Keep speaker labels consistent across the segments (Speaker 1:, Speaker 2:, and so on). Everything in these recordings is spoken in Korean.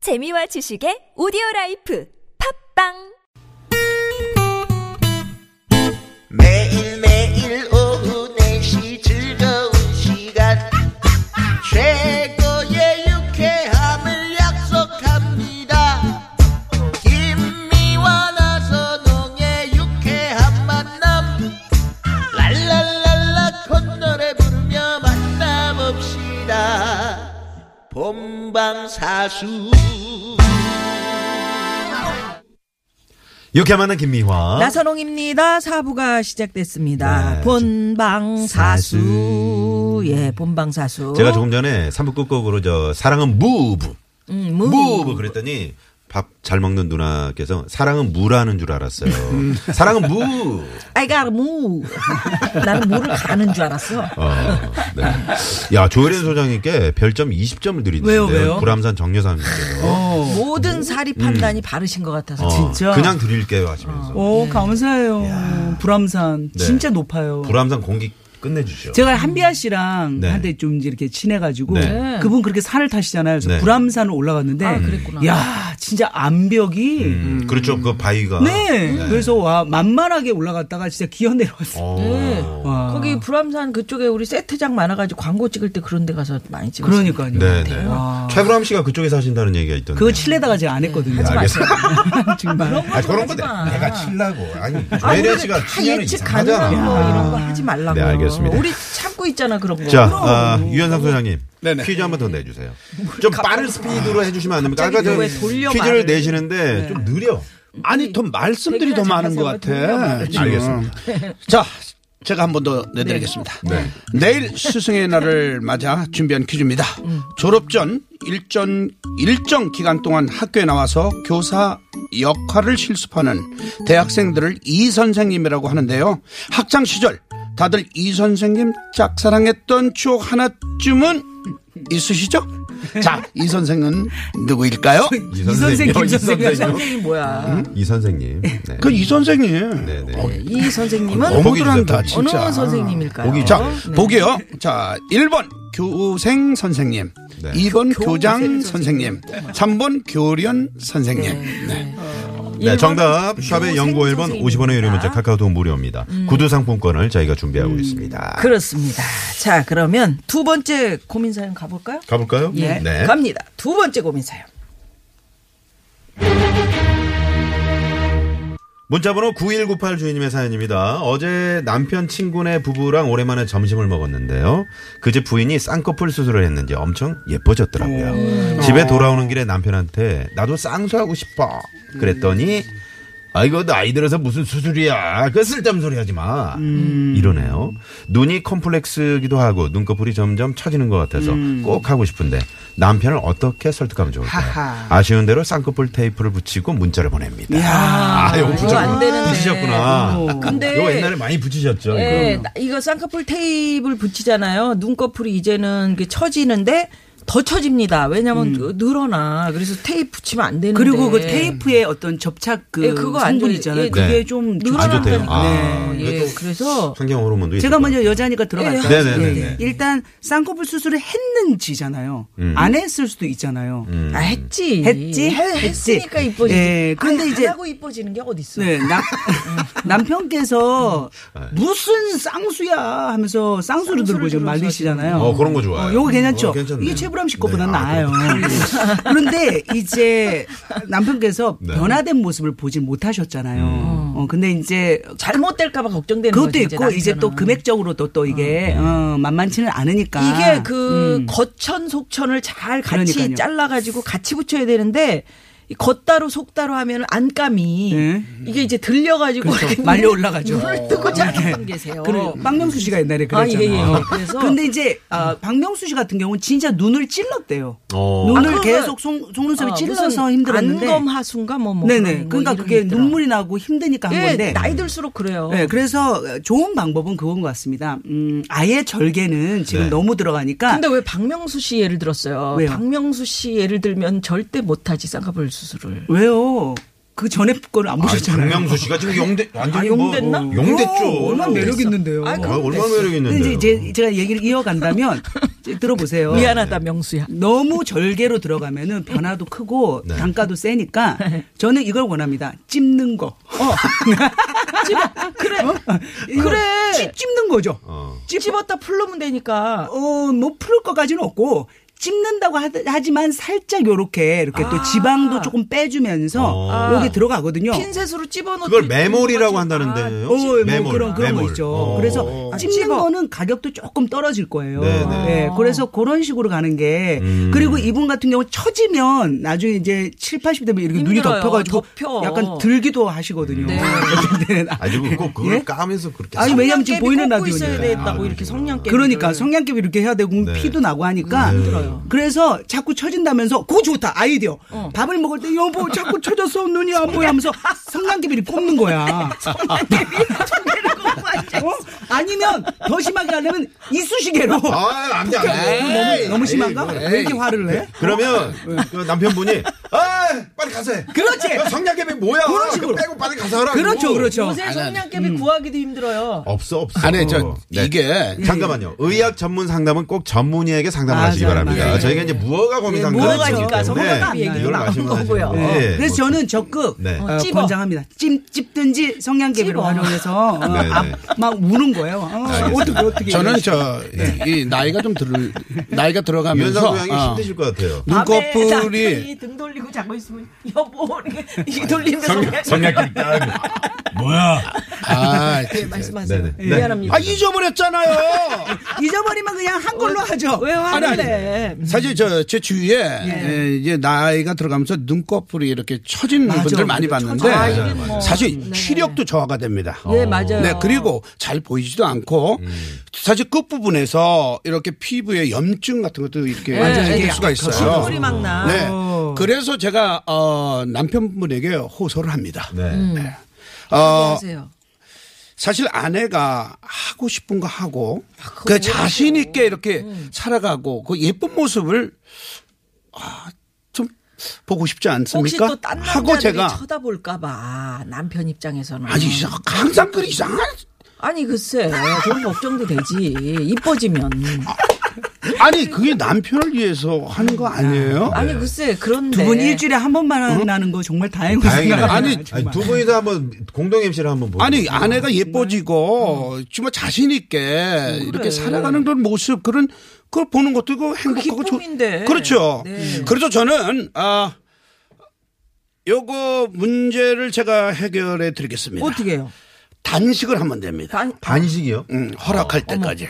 Speaker 1: 재미와 지식의 오디오 라이프 팝빵
Speaker 2: 매일매일 오후 4시 즐거운 시간 최고의 유쾌함을 약속합니다 김미와 나선홍의 유쾌한 만남 랄랄랄라 콧노래 부르며 만남없시다 본방사수
Speaker 3: 이렇게 만난 김미화.
Speaker 4: 나선홍입니다. 사부가 시작됐습니다.
Speaker 3: 어? 네,
Speaker 4: 본방사수. 예, 본방사수.
Speaker 3: 제가 조금 전에 삼부 끝곡으로 저 사랑은 무브.
Speaker 4: 음, 무.
Speaker 3: 무브 그랬더니 밥 잘 먹는 누나께서 사랑은 무라는 줄 알았어요. 사랑은 무.
Speaker 4: 아이가 그러니까 무. 나는 무를 가는 줄 알았어.
Speaker 3: 어, 네. 야, 조혜련 소장님께 별점 20점을 드리는데
Speaker 5: 왜요, 왜요? 어,
Speaker 3: 구람산 정여사님께서
Speaker 4: 모든 사리 판단이 바르신 것 같아서.
Speaker 3: 어,
Speaker 5: 진짜? 어.
Speaker 3: 그냥 드릴게요 하시면서
Speaker 5: 오, 감사해요. 불암산.
Speaker 3: 예. 네.
Speaker 5: 진짜 높아요.
Speaker 3: 구람산 공기 끝내주죠.
Speaker 5: 제가 한비아 씨랑
Speaker 3: 네.
Speaker 5: 한때 좀 이렇게 친해가지고
Speaker 3: 네.
Speaker 5: 그분 그렇게 산을 타시잖아요. 그래서
Speaker 3: 네.
Speaker 5: 불암산을 올라갔는데.
Speaker 4: 아, 그랬구나.
Speaker 5: 야 진짜 암벽이.
Speaker 3: 음, 그렇죠. 그 바위가.
Speaker 5: 네. 그래서 와, 만만하게 올라갔다가 진짜 기어 내려왔어요.
Speaker 3: 어.
Speaker 4: 네.
Speaker 5: 와.
Speaker 4: 거기 불암산 그쪽에 우리 세트장 많아가지고 광고 찍을 때 그런 데 가서 많이 찍었어요.
Speaker 5: 그러니까요.
Speaker 3: 네, 네. 최불암 씨가 그쪽에 사신다는 얘기가 있던데.
Speaker 5: 그거 칠레다가 제가 안 했거든요.
Speaker 3: 네, 알겠습니다.
Speaker 5: 정말.
Speaker 4: 그런 거
Speaker 3: 아, 그런 거
Speaker 4: 하지
Speaker 3: 내-
Speaker 4: 마.
Speaker 3: 내가 칠라고. 아니,
Speaker 4: 아,
Speaker 3: 조혜련
Speaker 4: 우리가
Speaker 3: 씨가
Speaker 4: 다
Speaker 3: 치면은
Speaker 4: 예측 가능한 거
Speaker 3: 이상하잖아.
Speaker 4: 이런 거 하지 말라고.
Speaker 3: 네, 알겠습니다.
Speaker 4: 우리 참고 있잖아 그런 거.
Speaker 3: 자,
Speaker 4: 그럼.
Speaker 3: 아, 유현상 소장님.
Speaker 6: 네네.
Speaker 3: 퀴즈 한 번 더 내주세요. 좀 빠른 스피드로 해주시면 안 됩니까?
Speaker 4: 갑자기
Speaker 3: 아까 저
Speaker 4: 왜 돌려
Speaker 3: 퀴즈를
Speaker 4: 말을. 네.
Speaker 3: 내시는데 좀 느려.
Speaker 6: 아니 더 말씀들이 더 많은 것 같아. 네, 지금.
Speaker 3: 알겠습니다.
Speaker 6: 자, 제가 한 번 더 내드리겠습니다. 내일 스승의 날을 맞아 준비한 퀴즈입니다. 졸업 전 일정 일정 기간 동안 학교에 나와서 교사 역할을 실습하는 대학생들을 이 선생님이라고 하는데요. 학창 시절 다들 이 선생님 짝사랑했던 추억 하나쯤은 있으시죠? 자, 이 선생은 누구일까요?
Speaker 3: 이
Speaker 5: 선생님,
Speaker 3: 선생님. 음?
Speaker 5: 이 선생님.
Speaker 4: 선생님 뭐야?
Speaker 3: 이 선생님. 네.
Speaker 6: 그 이 선생님.
Speaker 3: 네, 네.
Speaker 4: 이 선생님은
Speaker 3: 어, 보기
Speaker 6: 너무들 한다,
Speaker 3: 주세요,
Speaker 4: 어느
Speaker 6: 진짜.
Speaker 4: 선생님일까요?
Speaker 3: 보기
Speaker 6: 자,
Speaker 4: 네.
Speaker 6: 보기요. 자, 1번 교생 선생님.
Speaker 3: 네.
Speaker 6: 2번
Speaker 4: 교생
Speaker 6: 교장 선생님. 3번 교련 선생님. 네.
Speaker 3: 네,
Speaker 4: 일본은 뭐
Speaker 3: 정답. 샵의
Speaker 4: 교생
Speaker 3: 연구 1번 50원의 유료 문자 카카오톡 무료입니다. 구두 상품권을 저희가 준비하고 있습니다.
Speaker 4: 음. 그렇습니다. 자, 그러면 두 번째 고민 사연 가볼까요?
Speaker 3: 가볼까요?
Speaker 4: 예,
Speaker 3: 네.
Speaker 4: 갑니다. 두 번째 고민 사연.
Speaker 3: 문자번호 9198 주인님의 사연입니다. 어제 남편 친구네 부부랑 오랜만에 점심을 먹었는데요. 그 집 부인이 쌍꺼풀 수술을 했는지 엄청 예뻐졌더라고요. 집에 돌아오는 어. 길에 남편한테 나도 쌍수하고 싶어. 그랬더니 아이고 나이 들어서 무슨 수술이야. 그 쓸데없는 소리 하지 마. 음. 이러네요. 눈이 컴플렉스기도 하고 눈꺼풀이 점점 처지는 것 같아서 꼭 하고 싶은데 남편을 어떻게 음. 설득하면 좋을까요? 아쉬운 대로 쌍꺼풀 테이프를 붙이고 문자를 보냅니다. 아, 이거 붙였구나.
Speaker 4: 안 되는데.
Speaker 3: 붙이셨구나.
Speaker 4: 근데-
Speaker 3: 이거 옛날에 많이 붙이셨죠.
Speaker 4: 예,
Speaker 3: 아, 이거.
Speaker 4: 나- 이거 쌍꺼풀 테이프를 붙이잖아요. 눈꺼풀이 이제는 이게 처지는데 더 처집니다. 왜냐면 그 늘어나. 그래서 테이프 붙이면 안 되는데.
Speaker 5: 음. 그리고 그 테이프에 어떤 접착 그
Speaker 4: 네. 예, 그거 안
Speaker 5: 성분
Speaker 4: 돼.
Speaker 5: 있잖아요.
Speaker 4: 예,
Speaker 5: 그게
Speaker 3: 네.
Speaker 5: 좀
Speaker 3: 안
Speaker 4: 늘어나.
Speaker 3: 좋대요. 아,
Speaker 4: 네.
Speaker 3: 이것도
Speaker 4: 예, 그래서
Speaker 3: 환경 호르몬도
Speaker 5: 제가
Speaker 3: 있을
Speaker 5: 먼저
Speaker 3: 거예요.
Speaker 5: 여자니까
Speaker 3: 예,
Speaker 5: 들어갈까요?
Speaker 3: 예. 네네네네.
Speaker 5: 일단 쌍꺼풀 수술을 했는지잖아요.
Speaker 3: 음.
Speaker 5: 안 했을 수도 있잖아요.
Speaker 4: 아, 했지.
Speaker 5: 했지?
Speaker 4: 해-
Speaker 5: 했지.
Speaker 4: 했으니까 이뻐지지.
Speaker 5: 예, 근데
Speaker 4: 아니,
Speaker 5: 이제-
Speaker 4: 안 하고 이뻐지는 게 어딨어.
Speaker 5: 네, 남,
Speaker 3: 음.
Speaker 5: 남편께서
Speaker 3: 아, 예.
Speaker 5: 무슨 쌍수야 하면서 쌍수를 들고 지금 말리시잖아요.
Speaker 3: 어, 그런 거 좋아요.
Speaker 5: 어, 요거 괜찮죠?
Speaker 3: 어, 괜찮네요.
Speaker 5: 이게 최불암 씨 거보다
Speaker 3: 네, 아,
Speaker 5: 나아요. 그런데 이제 남편께서
Speaker 3: 네. 음.
Speaker 5: 변화된 모습을 보진 못하셨잖아요. 어, 근데 이제
Speaker 4: 잘못될까봐 걱정되는
Speaker 5: 그것도
Speaker 4: 거지,
Speaker 5: 있고 이제 또
Speaker 4: 남편은.
Speaker 5: 금액적으로 또, 또 이게
Speaker 3: 음.
Speaker 5: 어, 만만치는 않으니까. 음.
Speaker 4: 이게 그 겉천 속천을 잘 같이
Speaker 5: 그러니까. 그러니까요.
Speaker 4: 잘라가지고 같이 붙여야 되는데 이 겉따로 속따로 하면 안감이
Speaker 5: 네. 그렇죠.
Speaker 4: 이게 이제 들려가지고 이렇게
Speaker 5: 말려 올라가죠. 어. 네.
Speaker 4: 물을 뜨고 자는 분 계세요.
Speaker 5: 그래, 박명수 씨가 옛날에
Speaker 4: 아, 예, 예,
Speaker 5: 그랬잖아요.
Speaker 4: 예. 그래서-
Speaker 5: 근데 이제 아, 박명수 씨 같은 경우는 진짜 눈을 찔렀대요.
Speaker 3: 어.
Speaker 4: 아,
Speaker 5: 눈을
Speaker 4: 그러면-
Speaker 5: 계속 속, 속눈썹이
Speaker 4: 어,
Speaker 5: 찔러서
Speaker 4: 무슨
Speaker 5: 힘들었는데.
Speaker 4: 안검하순가 뭐 뭐.
Speaker 5: 네네.
Speaker 4: 그런 거
Speaker 5: 그러니까
Speaker 4: 이름이
Speaker 5: 그게
Speaker 4: 있더라.
Speaker 5: 눈물이 나고 힘드니까 한
Speaker 4: 예,
Speaker 5: 건데.
Speaker 4: 나이 들수록 그래요.
Speaker 5: 네, 그래서 좋은 방법은 그건 것 같습니다. 음, 아예 절개는 지금
Speaker 3: 네.
Speaker 5: 너무 들어가니까.
Speaker 4: 근데 왜 박명수 씨 예를 들었어요?
Speaker 5: 왜요?
Speaker 4: 박명수 씨 예를 들면 절대 못하지 쌍꺼풀 수술을.
Speaker 5: 왜요? 그 전에 거를 안
Speaker 3: 아,
Speaker 5: 보셨잖아요.
Speaker 3: 박명수 씨가 지금 용대 완전히
Speaker 4: 아, 용됐나?
Speaker 3: 뭐, 용됐죠.
Speaker 5: 얼마나 매력 있는데요.
Speaker 3: 아, 얼마나 매력
Speaker 5: 근데
Speaker 3: 있는데.
Speaker 5: 이제 제가 얘기를 이어간다면 들어보세요.
Speaker 4: 미안하다 명수야.
Speaker 5: 너무 절개로 들어가면은 변화도 크고
Speaker 3: 네.
Speaker 5: 단가도 세니까 저는 이걸 원합니다. 찝는 거.
Speaker 4: 어. 그래
Speaker 5: 그래. 찝는 거죠.
Speaker 3: 어.
Speaker 4: 집었다 풀르면 되니까.
Speaker 5: 어, 뭐 풀을 것까지는 없고 찝는다고 하- 하지만 살짝 요렇게 이렇게
Speaker 4: 아.
Speaker 5: 또 지방도 조금
Speaker 3: 어.
Speaker 5: 빼주면서 여기 들어가거든요.
Speaker 4: 핀셋으로 아, 집어넣고
Speaker 3: 그걸 메몰이라고 한다는데요.
Speaker 5: 어, 뭐 그런 그런 거 있죠.
Speaker 3: 어.
Speaker 5: 그래서
Speaker 4: 아,
Speaker 5: 찝는
Speaker 4: 찝어.
Speaker 5: 거는 가격도 조금 떨어질 거예요.
Speaker 3: 네, 네.
Speaker 5: 네, 그래서 그런 식으로 가는 게
Speaker 3: 음.
Speaker 5: 그리고 이분 같은 경우 처지면 나중에 이제 7, 80 되면 이렇게 눈이
Speaker 4: 힘들어요.
Speaker 5: 덮여가지고
Speaker 4: 덮여.
Speaker 5: 약간 들기도 하시거든요.
Speaker 4: 네.
Speaker 5: 네.
Speaker 3: 아니 꼭 그걸
Speaker 5: 예?
Speaker 3: 까면서 그렇게
Speaker 5: 아니,
Speaker 3: 사-
Speaker 5: 왜- 왜냐면 지금 보이는
Speaker 4: 성냥개비 꽂고 있어야
Speaker 5: 라디오니까.
Speaker 4: 된다고 뭐
Speaker 3: 아,
Speaker 4: 이렇게
Speaker 3: 그렇구나.
Speaker 4: 성냥개.
Speaker 5: 그러니까 성냥개비 이렇게 해야 되고
Speaker 3: 네.
Speaker 5: 피도 나고 하니까 그래서 자꾸 처진다면서 그거 좋다 아이디어 밥을 먹을 때 여보 자꾸 처졌어 눈이 안 보여 하면서 성냥개비를 꼽는 거야 어? 아니면 더 심하게 하려면 이쑤시개로
Speaker 3: 아, 네. 뭐, 안 돼, 안 돼.
Speaker 5: 너무, 너무 심한가? 왜 이렇게 화를 내?
Speaker 3: 그러면 그 남편분이 아 빨리 가서 해.
Speaker 5: 그렇지.
Speaker 3: 성냥개비 뭐야?
Speaker 5: 그런 식으로.
Speaker 3: 그거 빼고 빨리 가서 하라.
Speaker 5: 그렇죠, 그렇죠.
Speaker 4: 요새 성냥개비 구하기도 힘들어요.
Speaker 3: 없어 없어.
Speaker 6: 아니 저
Speaker 3: 네.
Speaker 6: 이게
Speaker 3: 잠깐만요. 의학 전문 상담은 꼭 전문의에게 상담하시기
Speaker 5: 맞아요,
Speaker 3: 바랍니다.
Speaker 5: 맞아요.
Speaker 3: 저희가 이제
Speaker 4: 네,
Speaker 3: 무허가 고민
Speaker 5: 예,
Speaker 3: 상담을
Speaker 5: 무허가니까
Speaker 4: 성공한 얘기도 나온 거고요. 어.
Speaker 5: 네. 그래서 저는 적극
Speaker 3: 네.
Speaker 5: 어,
Speaker 4: 찝어.
Speaker 5: 권장합니다. 찜, 찝든지 성냥개비로
Speaker 4: 찝어.
Speaker 5: 활용해서 어,
Speaker 3: 네, 네.
Speaker 5: 앞- 막 우는 거예요. 어,
Speaker 3: 알겠습니다.
Speaker 5: 어떻게 어떻게
Speaker 6: 저는 저 이 나이가 좀 들, 나이가 들어가면서
Speaker 3: 네. 유현상 고양이
Speaker 6: 어,
Speaker 3: 힘드실 것 같아요.
Speaker 4: 밤에
Speaker 6: 눈꺼풀이
Speaker 4: 남편이 등 돌리고 자고 있으면 여보 이렇게 이 돌리는데 성냥
Speaker 3: 성냥개비 딱. 뭐야?
Speaker 6: 아,
Speaker 4: 네, 말씀하세요.
Speaker 3: 네, 네.
Speaker 4: 미안합니다.
Speaker 6: 아 잊어버렸잖아요.
Speaker 5: 잊어버리면 그냥 한 걸로 하죠.
Speaker 4: 왜 화를 내?
Speaker 6: 사실 저 제 주위에 예, 이제 나이가 들어가면서 눈꺼풀이 이렇게 처진
Speaker 5: 맞아.
Speaker 6: 분들 많이
Speaker 5: 처져.
Speaker 6: 봤는데
Speaker 4: 아, 이게 뭐-
Speaker 6: 사실
Speaker 4: 네.
Speaker 6: 視力도 저하가 됩니다.
Speaker 4: 네, 맞아요.
Speaker 6: 네, 그리고 잘 보이지도 않고 사실 끝부분에서 이렇게 피부에 염증 같은 것도 이렇게
Speaker 4: 맞아요.
Speaker 6: 생길
Speaker 4: 이게
Speaker 6: 수가 있어요.
Speaker 4: 진물이 예. 그 막 나.
Speaker 6: 네. 그래서 제가 어, 남편분에게 호소를 합니다.
Speaker 3: 네.
Speaker 4: 음.
Speaker 6: 어,
Speaker 4: 하세요.
Speaker 6: 사실 아내가 하고 싶은 거 하고
Speaker 4: 아,
Speaker 6: 그 자신 있게 이렇게
Speaker 4: 음.
Speaker 6: 살아가고 그 예쁜 모습을 아, 좀 보고 싶지
Speaker 4: 혹시
Speaker 6: 않습니까?
Speaker 4: 또 딴
Speaker 6: 하고
Speaker 4: 남자들이
Speaker 6: 제가
Speaker 4: 쳐다볼까봐 남편 입장에서는
Speaker 6: 아니 이상- 항상 그 이상한
Speaker 4: 아니, 글쎄 그런 걱정도 되지 이뻐지면
Speaker 6: 아니 그게 남편을 위해서 하는 거 아니에요?
Speaker 4: 아니 글쎄 그런데
Speaker 5: 두 분 일주일에 한 번만 만나는 거 정말 다행으로
Speaker 3: 어? 다행이네.
Speaker 5: 생각합니다.
Speaker 3: 아니,
Speaker 5: 정말.
Speaker 3: 두 분이서 한번 공동 MC를 한번
Speaker 4: 뭐
Speaker 3: 보세요.
Speaker 6: 아니 아내가 예뻐지고
Speaker 4: 음.
Speaker 6: 정말 자신
Speaker 4: 뭐
Speaker 6: 있게 이렇게 살아가는 그런 모습 그런 그걸 보는 것도 그 행복하고 좋-
Speaker 4: 기쁨인데.
Speaker 6: 그렇죠.
Speaker 4: 네.
Speaker 6: 그래서 저는 아 요거 문제를 제가 해결해 드리겠습니다.
Speaker 4: 어떻게 해요?
Speaker 6: 단식을 하면 됩니다.
Speaker 4: 단,
Speaker 3: 반식이요?
Speaker 6: 음, 허락할 때까지.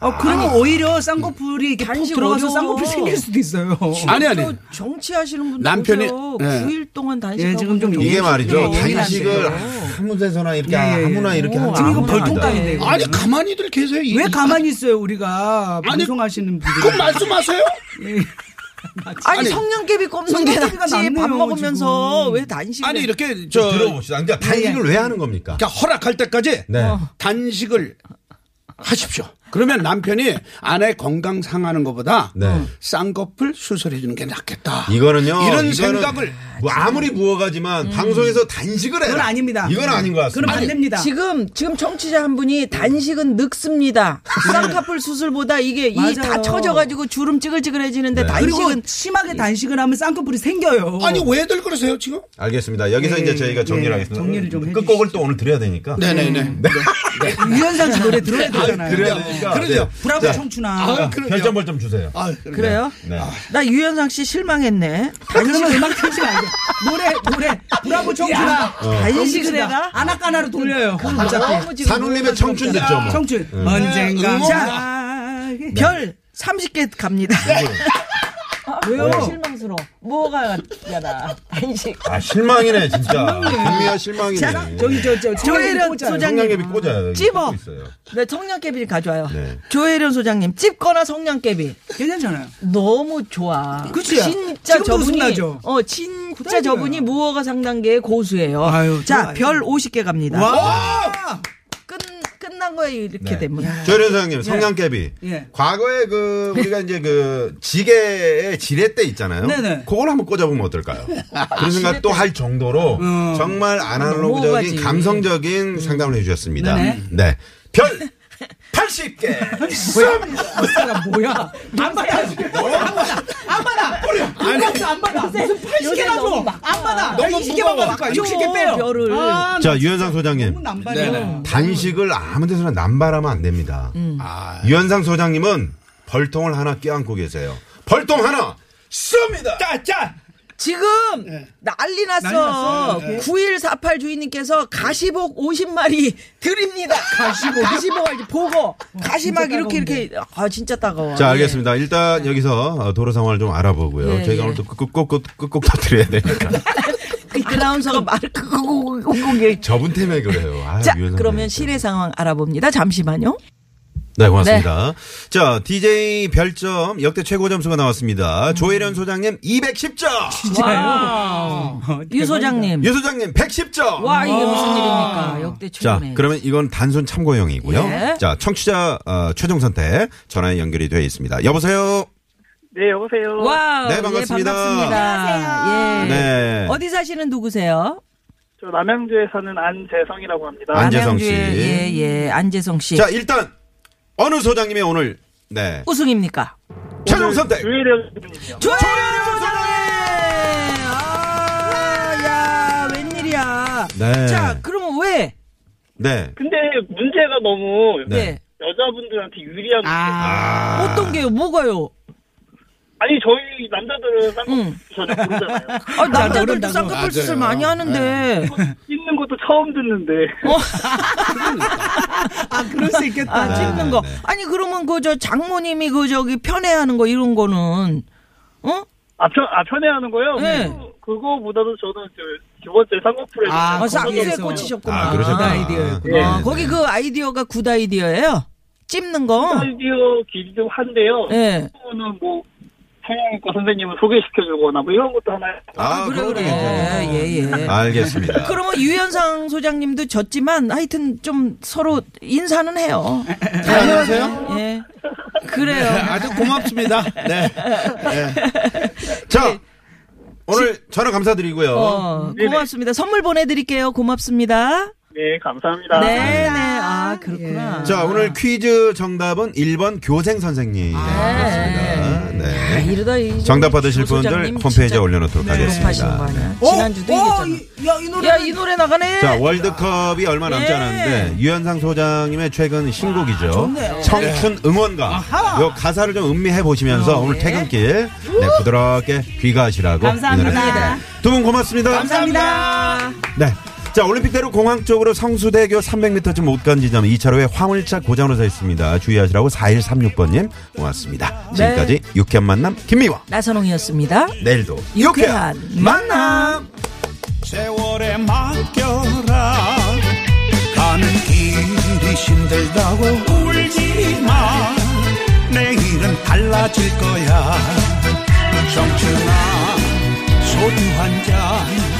Speaker 5: 어, 그러면 오히려 쌍꺼풀이 이렇게 푹
Speaker 4: 간식
Speaker 5: 들어가서
Speaker 4: 어려워.
Speaker 5: 쌍꺼풀 생길 수도 있어요.
Speaker 6: 아니 아니.
Speaker 4: 저 정치하시는 분들
Speaker 6: 남편이-
Speaker 4: 보세요.
Speaker 6: 네.
Speaker 4: 9일 동안 단식하고
Speaker 5: 예, 지금 좀
Speaker 3: 이게
Speaker 5: 예,
Speaker 3: 말이죠.
Speaker 5: 예,
Speaker 3: 단식을
Speaker 4: 예민하세요.
Speaker 3: 아무 데서나 이렇게
Speaker 5: 예, 예.
Speaker 3: 아무나 이렇게
Speaker 4: 오,
Speaker 3: 하는
Speaker 4: 지금 이거
Speaker 3: 건 아니다.
Speaker 4: 벌통까지 돼요.
Speaker 6: 네. 아니 가만히들 계세요. 이-
Speaker 5: 왜
Speaker 6: 이-
Speaker 5: 가만히 있어요 우리가
Speaker 6: 아니,
Speaker 5: 방송하시는
Speaker 6: 그건
Speaker 5: 분들.
Speaker 6: 말씀하세요?
Speaker 4: 아니,
Speaker 6: 아니,
Speaker 4: 성냥개비 꼽는 게
Speaker 5: 성냥개비가
Speaker 4: 낫지 밥
Speaker 5: 낫네요,
Speaker 4: 먹으면서 왜 단식을
Speaker 6: 아니
Speaker 4: 해?
Speaker 6: 이렇게 저 그러니까
Speaker 3: 들어봅시다. 근데 단식을 왜 하는 겁니까?
Speaker 6: 허락할 때까지
Speaker 3: 네.
Speaker 6: 단식을 하십시오. 그러면 남편이 아내 건강 상하는 것보다
Speaker 3: 네.
Speaker 6: 쌍꺼풀 수술해 주는 게 낫겠다.
Speaker 3: 이거는요.
Speaker 6: 이런
Speaker 3: 이거는
Speaker 6: 생각을
Speaker 3: 뭐 아무리 무어가지만 방송에서 단식을 해라.
Speaker 5: 그건 아닙니다. 네.
Speaker 3: 이건 아닌 것
Speaker 5: 그럼
Speaker 3: 같습니다.
Speaker 5: 안 됩니다.
Speaker 4: 지금 지금 청취자 한 분이 단식은 늙습니다. 쌍꺼풀 수술보다 이게 이 다
Speaker 5: 맞아요.
Speaker 4: 처져가지고 주름 찌글찌글해지는데
Speaker 5: 그리고
Speaker 4: 단식은
Speaker 5: 심하게 단식을 하면 쌍꺼풀이 생겨요.
Speaker 6: 아니 왜들 그러세요 지금?
Speaker 3: 알겠습니다. 여기서
Speaker 5: 예,
Speaker 3: 이제 저희가 정리를
Speaker 5: 예,
Speaker 3: 하겠습니다.
Speaker 5: 정리를 좀
Speaker 3: 끝곡을 또 오늘 드려야 되니까. 음.
Speaker 6: 네네네.
Speaker 5: 유현상 씨 노래 들어야 되잖아요.
Speaker 3: 드려야 되니까.
Speaker 6: 그러네요.
Speaker 3: 네.
Speaker 5: 네. 브라보
Speaker 3: 자,
Speaker 5: 청춘아. 뭐-
Speaker 6: 아, 그래요.
Speaker 3: 별점 벌점 주세요.
Speaker 6: 아, 그래요.
Speaker 4: 그래요?
Speaker 3: 네.
Speaker 4: 나 유현상 씨 실망했네.
Speaker 5: 아, 그러면 음악 틀지 말고 노래 노래 브라보 청춘아.
Speaker 4: 단식을 해라.
Speaker 5: 아나까나로 돌려요.
Speaker 4: 뭐? 너무 지금
Speaker 3: 산울림의 청춘 듣죠 뭐.
Speaker 5: 청춘 언젠가
Speaker 6: 응원.
Speaker 5: 자
Speaker 4: 네. 별 30개 갑니다.
Speaker 5: 네. 왜요?
Speaker 4: 실망스러워. 뭐가 야다. 단식.
Speaker 3: 아 실망이네 진짜. 김미아 실망이네.
Speaker 4: 자,
Speaker 5: 저기 저저
Speaker 4: 조혜련 소장-
Speaker 3: 성냥개비 꽂아요. 여기
Speaker 4: 찝어.
Speaker 3: 꽂고 있어요.
Speaker 4: 네, 성냥개비를 가져와요.
Speaker 3: 네.
Speaker 4: 조혜련 소장님, 찝거나 성냥개비.
Speaker 5: 괜찮잖아요.
Speaker 4: 너무 좋아.
Speaker 5: 그치요?
Speaker 4: 진짜
Speaker 5: 지금도
Speaker 4: 저분이
Speaker 5: 신나죠?
Speaker 4: 어 진짜
Speaker 5: 그다음에요.
Speaker 4: 저분이 무허가 상단계의 고수예요.
Speaker 5: 아유,
Speaker 4: 자,
Speaker 5: 좋아요.
Speaker 4: 별 50개 갑니다.
Speaker 5: 와
Speaker 4: 끝 끝난 거에 이렇게
Speaker 3: 네.
Speaker 4: 되면
Speaker 3: 조혜련 소장님 성냥개비.
Speaker 5: 예.
Speaker 3: 과거에 그 우리가 이제 그 지게의 지렛대 있잖아요.
Speaker 5: 네네.
Speaker 3: 그걸 한번 꽂아보면 어떨까요? 그런 생각 또 할 정도로
Speaker 5: 어.
Speaker 3: 정말 아날로그적인
Speaker 4: 넘어가지.
Speaker 3: 감성적인 상담을 해주셨습니다.
Speaker 5: 네네.
Speaker 3: 네. 별 8
Speaker 6: 손쉽게
Speaker 5: 아싸가 뭐야? 안 받아. 안 받아. 아무것도 안 받아. 무슨 80개나 줘. 안 받아.
Speaker 6: 너무
Speaker 5: 20개만
Speaker 6: 무거워.
Speaker 5: 받을 거야. 60개 빼요.
Speaker 4: 별을.
Speaker 5: 아,
Speaker 3: 자, 유현상
Speaker 5: 너무
Speaker 3: 소장님.
Speaker 5: 남발이야.
Speaker 6: 네네.
Speaker 3: 단식을 아무 데서나 남발하면 안 됩니다.
Speaker 5: 음.
Speaker 3: 유현상 소장님은 벌통을 하나 껴안고 계세요. 벌통 하나!
Speaker 6: 쏩니다.
Speaker 5: 짜짜.
Speaker 4: 지금
Speaker 5: 네.
Speaker 4: 난리 났어. 9148 주인님께서 가시복 50마리 드립니다. 가시복. 가시복 알지?
Speaker 5: 어,
Speaker 4: 보고. 가시 막 이렇게 이렇게. 아, 진짜 따가워.
Speaker 3: 자, 알겠습니다. 일단 여기서 어, 도로 상황을 좀 알아보고요.
Speaker 4: 예,
Speaker 3: 저희가
Speaker 4: 예.
Speaker 3: 오늘 또 끝곡, 끝곡 터뜨려야 되니까.
Speaker 4: 그 아나운서가 말을 끄고 공공해.
Speaker 3: 저분 때문에 그래요. 아,
Speaker 4: 그, 자,
Speaker 3: 유현상 소장님.
Speaker 4: 그러면 실외 상황 알아봅니다. 잠시만요.
Speaker 3: 네, 고맙습니다. 자, DJ 별점 역대 최고 점수가
Speaker 4: 음.
Speaker 3: 나왔습니다. 조혜련 소장님
Speaker 5: 아,
Speaker 3: 210점,
Speaker 5: 네, 어,
Speaker 4: 와. 유 소장님.
Speaker 3: 유 소장님 110점.
Speaker 4: 와, 이게 무슨 일입니까? 역대
Speaker 3: 자,
Speaker 4: 최고네.
Speaker 3: 그러면 이건 단순 참고형이고요.
Speaker 4: 예.
Speaker 3: 자, 청취자 어, 최종 선택 전화에 연결이 되어 있습니다. 여보세요.
Speaker 7: 네, 여보세요.
Speaker 4: 와.
Speaker 3: 네, 반갑습니다.
Speaker 4: 예, 반갑습니다. 예.
Speaker 3: 네.
Speaker 4: 어디 사시는 누구세요?
Speaker 7: 저 남양주에 사는 안재성이라고 합니다.
Speaker 3: 안- 안재성 씨.
Speaker 4: 남양주의, 네, 예, 예. 안재성 씨.
Speaker 3: 자, 일단 어느 소장님의 오늘 네
Speaker 4: 우승입니까?
Speaker 3: 최종 선택.
Speaker 7: 유일의 분이요.
Speaker 4: 조혜련 소장님! 아, 야, 웬일이야.
Speaker 3: 네.
Speaker 4: 자, 그러면 왜?
Speaker 3: 네.
Speaker 7: 근데 문제가 너무
Speaker 3: 네.
Speaker 4: 네.
Speaker 7: 여자분들한테 유리한. 아.
Speaker 5: 아.
Speaker 4: 어떤 게요? 뭐가요?
Speaker 7: 아니 저희 남자들은 쌍꺼풀
Speaker 4: 응.
Speaker 7: 전혀 모르잖아요.
Speaker 4: 아, 남자들도
Speaker 5: 모른다고.
Speaker 4: 쌍꺼풀 수술 많이
Speaker 6: 맞아요.
Speaker 4: 하는데. 어,
Speaker 7: 찍는 것도 처음 듣는데.
Speaker 5: 아, 그럴 수 있겠다.
Speaker 4: 아, 찍는 거.
Speaker 3: 네, 네.
Speaker 4: 아니, 그러면 그 저 장모님이 그 저기 편애하는 거 이런 거는, 어?
Speaker 7: 아, 편, 아 편해하는 거요?
Speaker 4: 네.
Speaker 7: 그거- 그거보다도 저는 저, 두 번째 쌍꺼풀에.
Speaker 5: 아,
Speaker 4: 아, 쌍수에
Speaker 5: 거기에서.
Speaker 4: 꽂히셨구나.
Speaker 3: 아, 그러셨구나. 네.
Speaker 5: 아이디어였구나.
Speaker 4: 아, 거기 그 아이디어가 굿 아이디어예요? 찝는 거?
Speaker 7: 아이디어 기준 한데요.
Speaker 4: 예.
Speaker 7: 그거는 뭐 성형외과 선생님을 소개시켜주거나 뭐 이런 것도 하나.
Speaker 3: 아,
Speaker 4: 그래,
Speaker 3: 그런 거
Speaker 4: 그래.
Speaker 3: 괜찮아요.
Speaker 4: 예, 예.
Speaker 3: 알겠습니다.
Speaker 4: 그러면 유현상 소장님도 졌지만 하여튼 좀 서로 인사는 해요.
Speaker 6: 안녕하세요.
Speaker 4: 예. 그래요.
Speaker 6: 아주 고맙습니다. 네.
Speaker 3: 자, 오늘 전화 감사드리고요.
Speaker 4: 예. 어, 고맙습니다. 선물 보내드릴게요. 고맙습니다.
Speaker 7: 네, 감사합니다.
Speaker 4: 네, 네. 아, 그렇구나.
Speaker 3: 자, 오늘 퀴즈 정답은 1번 교생 선생님이었습니다.
Speaker 4: 아,
Speaker 3: 네.
Speaker 4: 이러다 이
Speaker 3: 정답 받으실
Speaker 4: 조 소장님
Speaker 3: 분들
Speaker 4: 진짜 네,
Speaker 3: 홈페이지에 올려놓도록
Speaker 4: 높아지는 거
Speaker 3: 하겠습니다.
Speaker 4: 아니야?
Speaker 5: 어?
Speaker 4: 지난주도
Speaker 5: 어,
Speaker 4: 얘기했잖아.
Speaker 5: 이- 야, 이 노래.
Speaker 4: 야, 이 노래 나가네.
Speaker 3: 자, 월드컵이 얼마 남지
Speaker 4: 예. 아,
Speaker 3: 않았는데 유현상 소장님의 최근 신곡이죠. 청춘
Speaker 4: 네.
Speaker 3: 응원가. 요 가사를 좀 음미해
Speaker 4: 어,
Speaker 3: 보시면서
Speaker 4: 예.
Speaker 3: 오늘 퇴근길 네, 부드럽게 귀가하시라고
Speaker 5: 감사합니다.
Speaker 3: 두 분 고맙습니다.
Speaker 5: 감사합니다.
Speaker 3: 네. 자, 올림픽대로 공항 쪽으로 성수대교 300m쯤 못 간 지점 2차로에 화물차 고장으로 서 있습니다. 주의하시라고 4136번님 고맙습니다. 지금까지 유쾌한 만남 김미화.
Speaker 4: 나선홍이었습니다.
Speaker 3: 내일도
Speaker 4: 유쾌한 만남.
Speaker 6: 세월에 맡겨라 가는 길이 힘들다고 울지 마 내일은 달라질 거야 정춘아 소주 한잔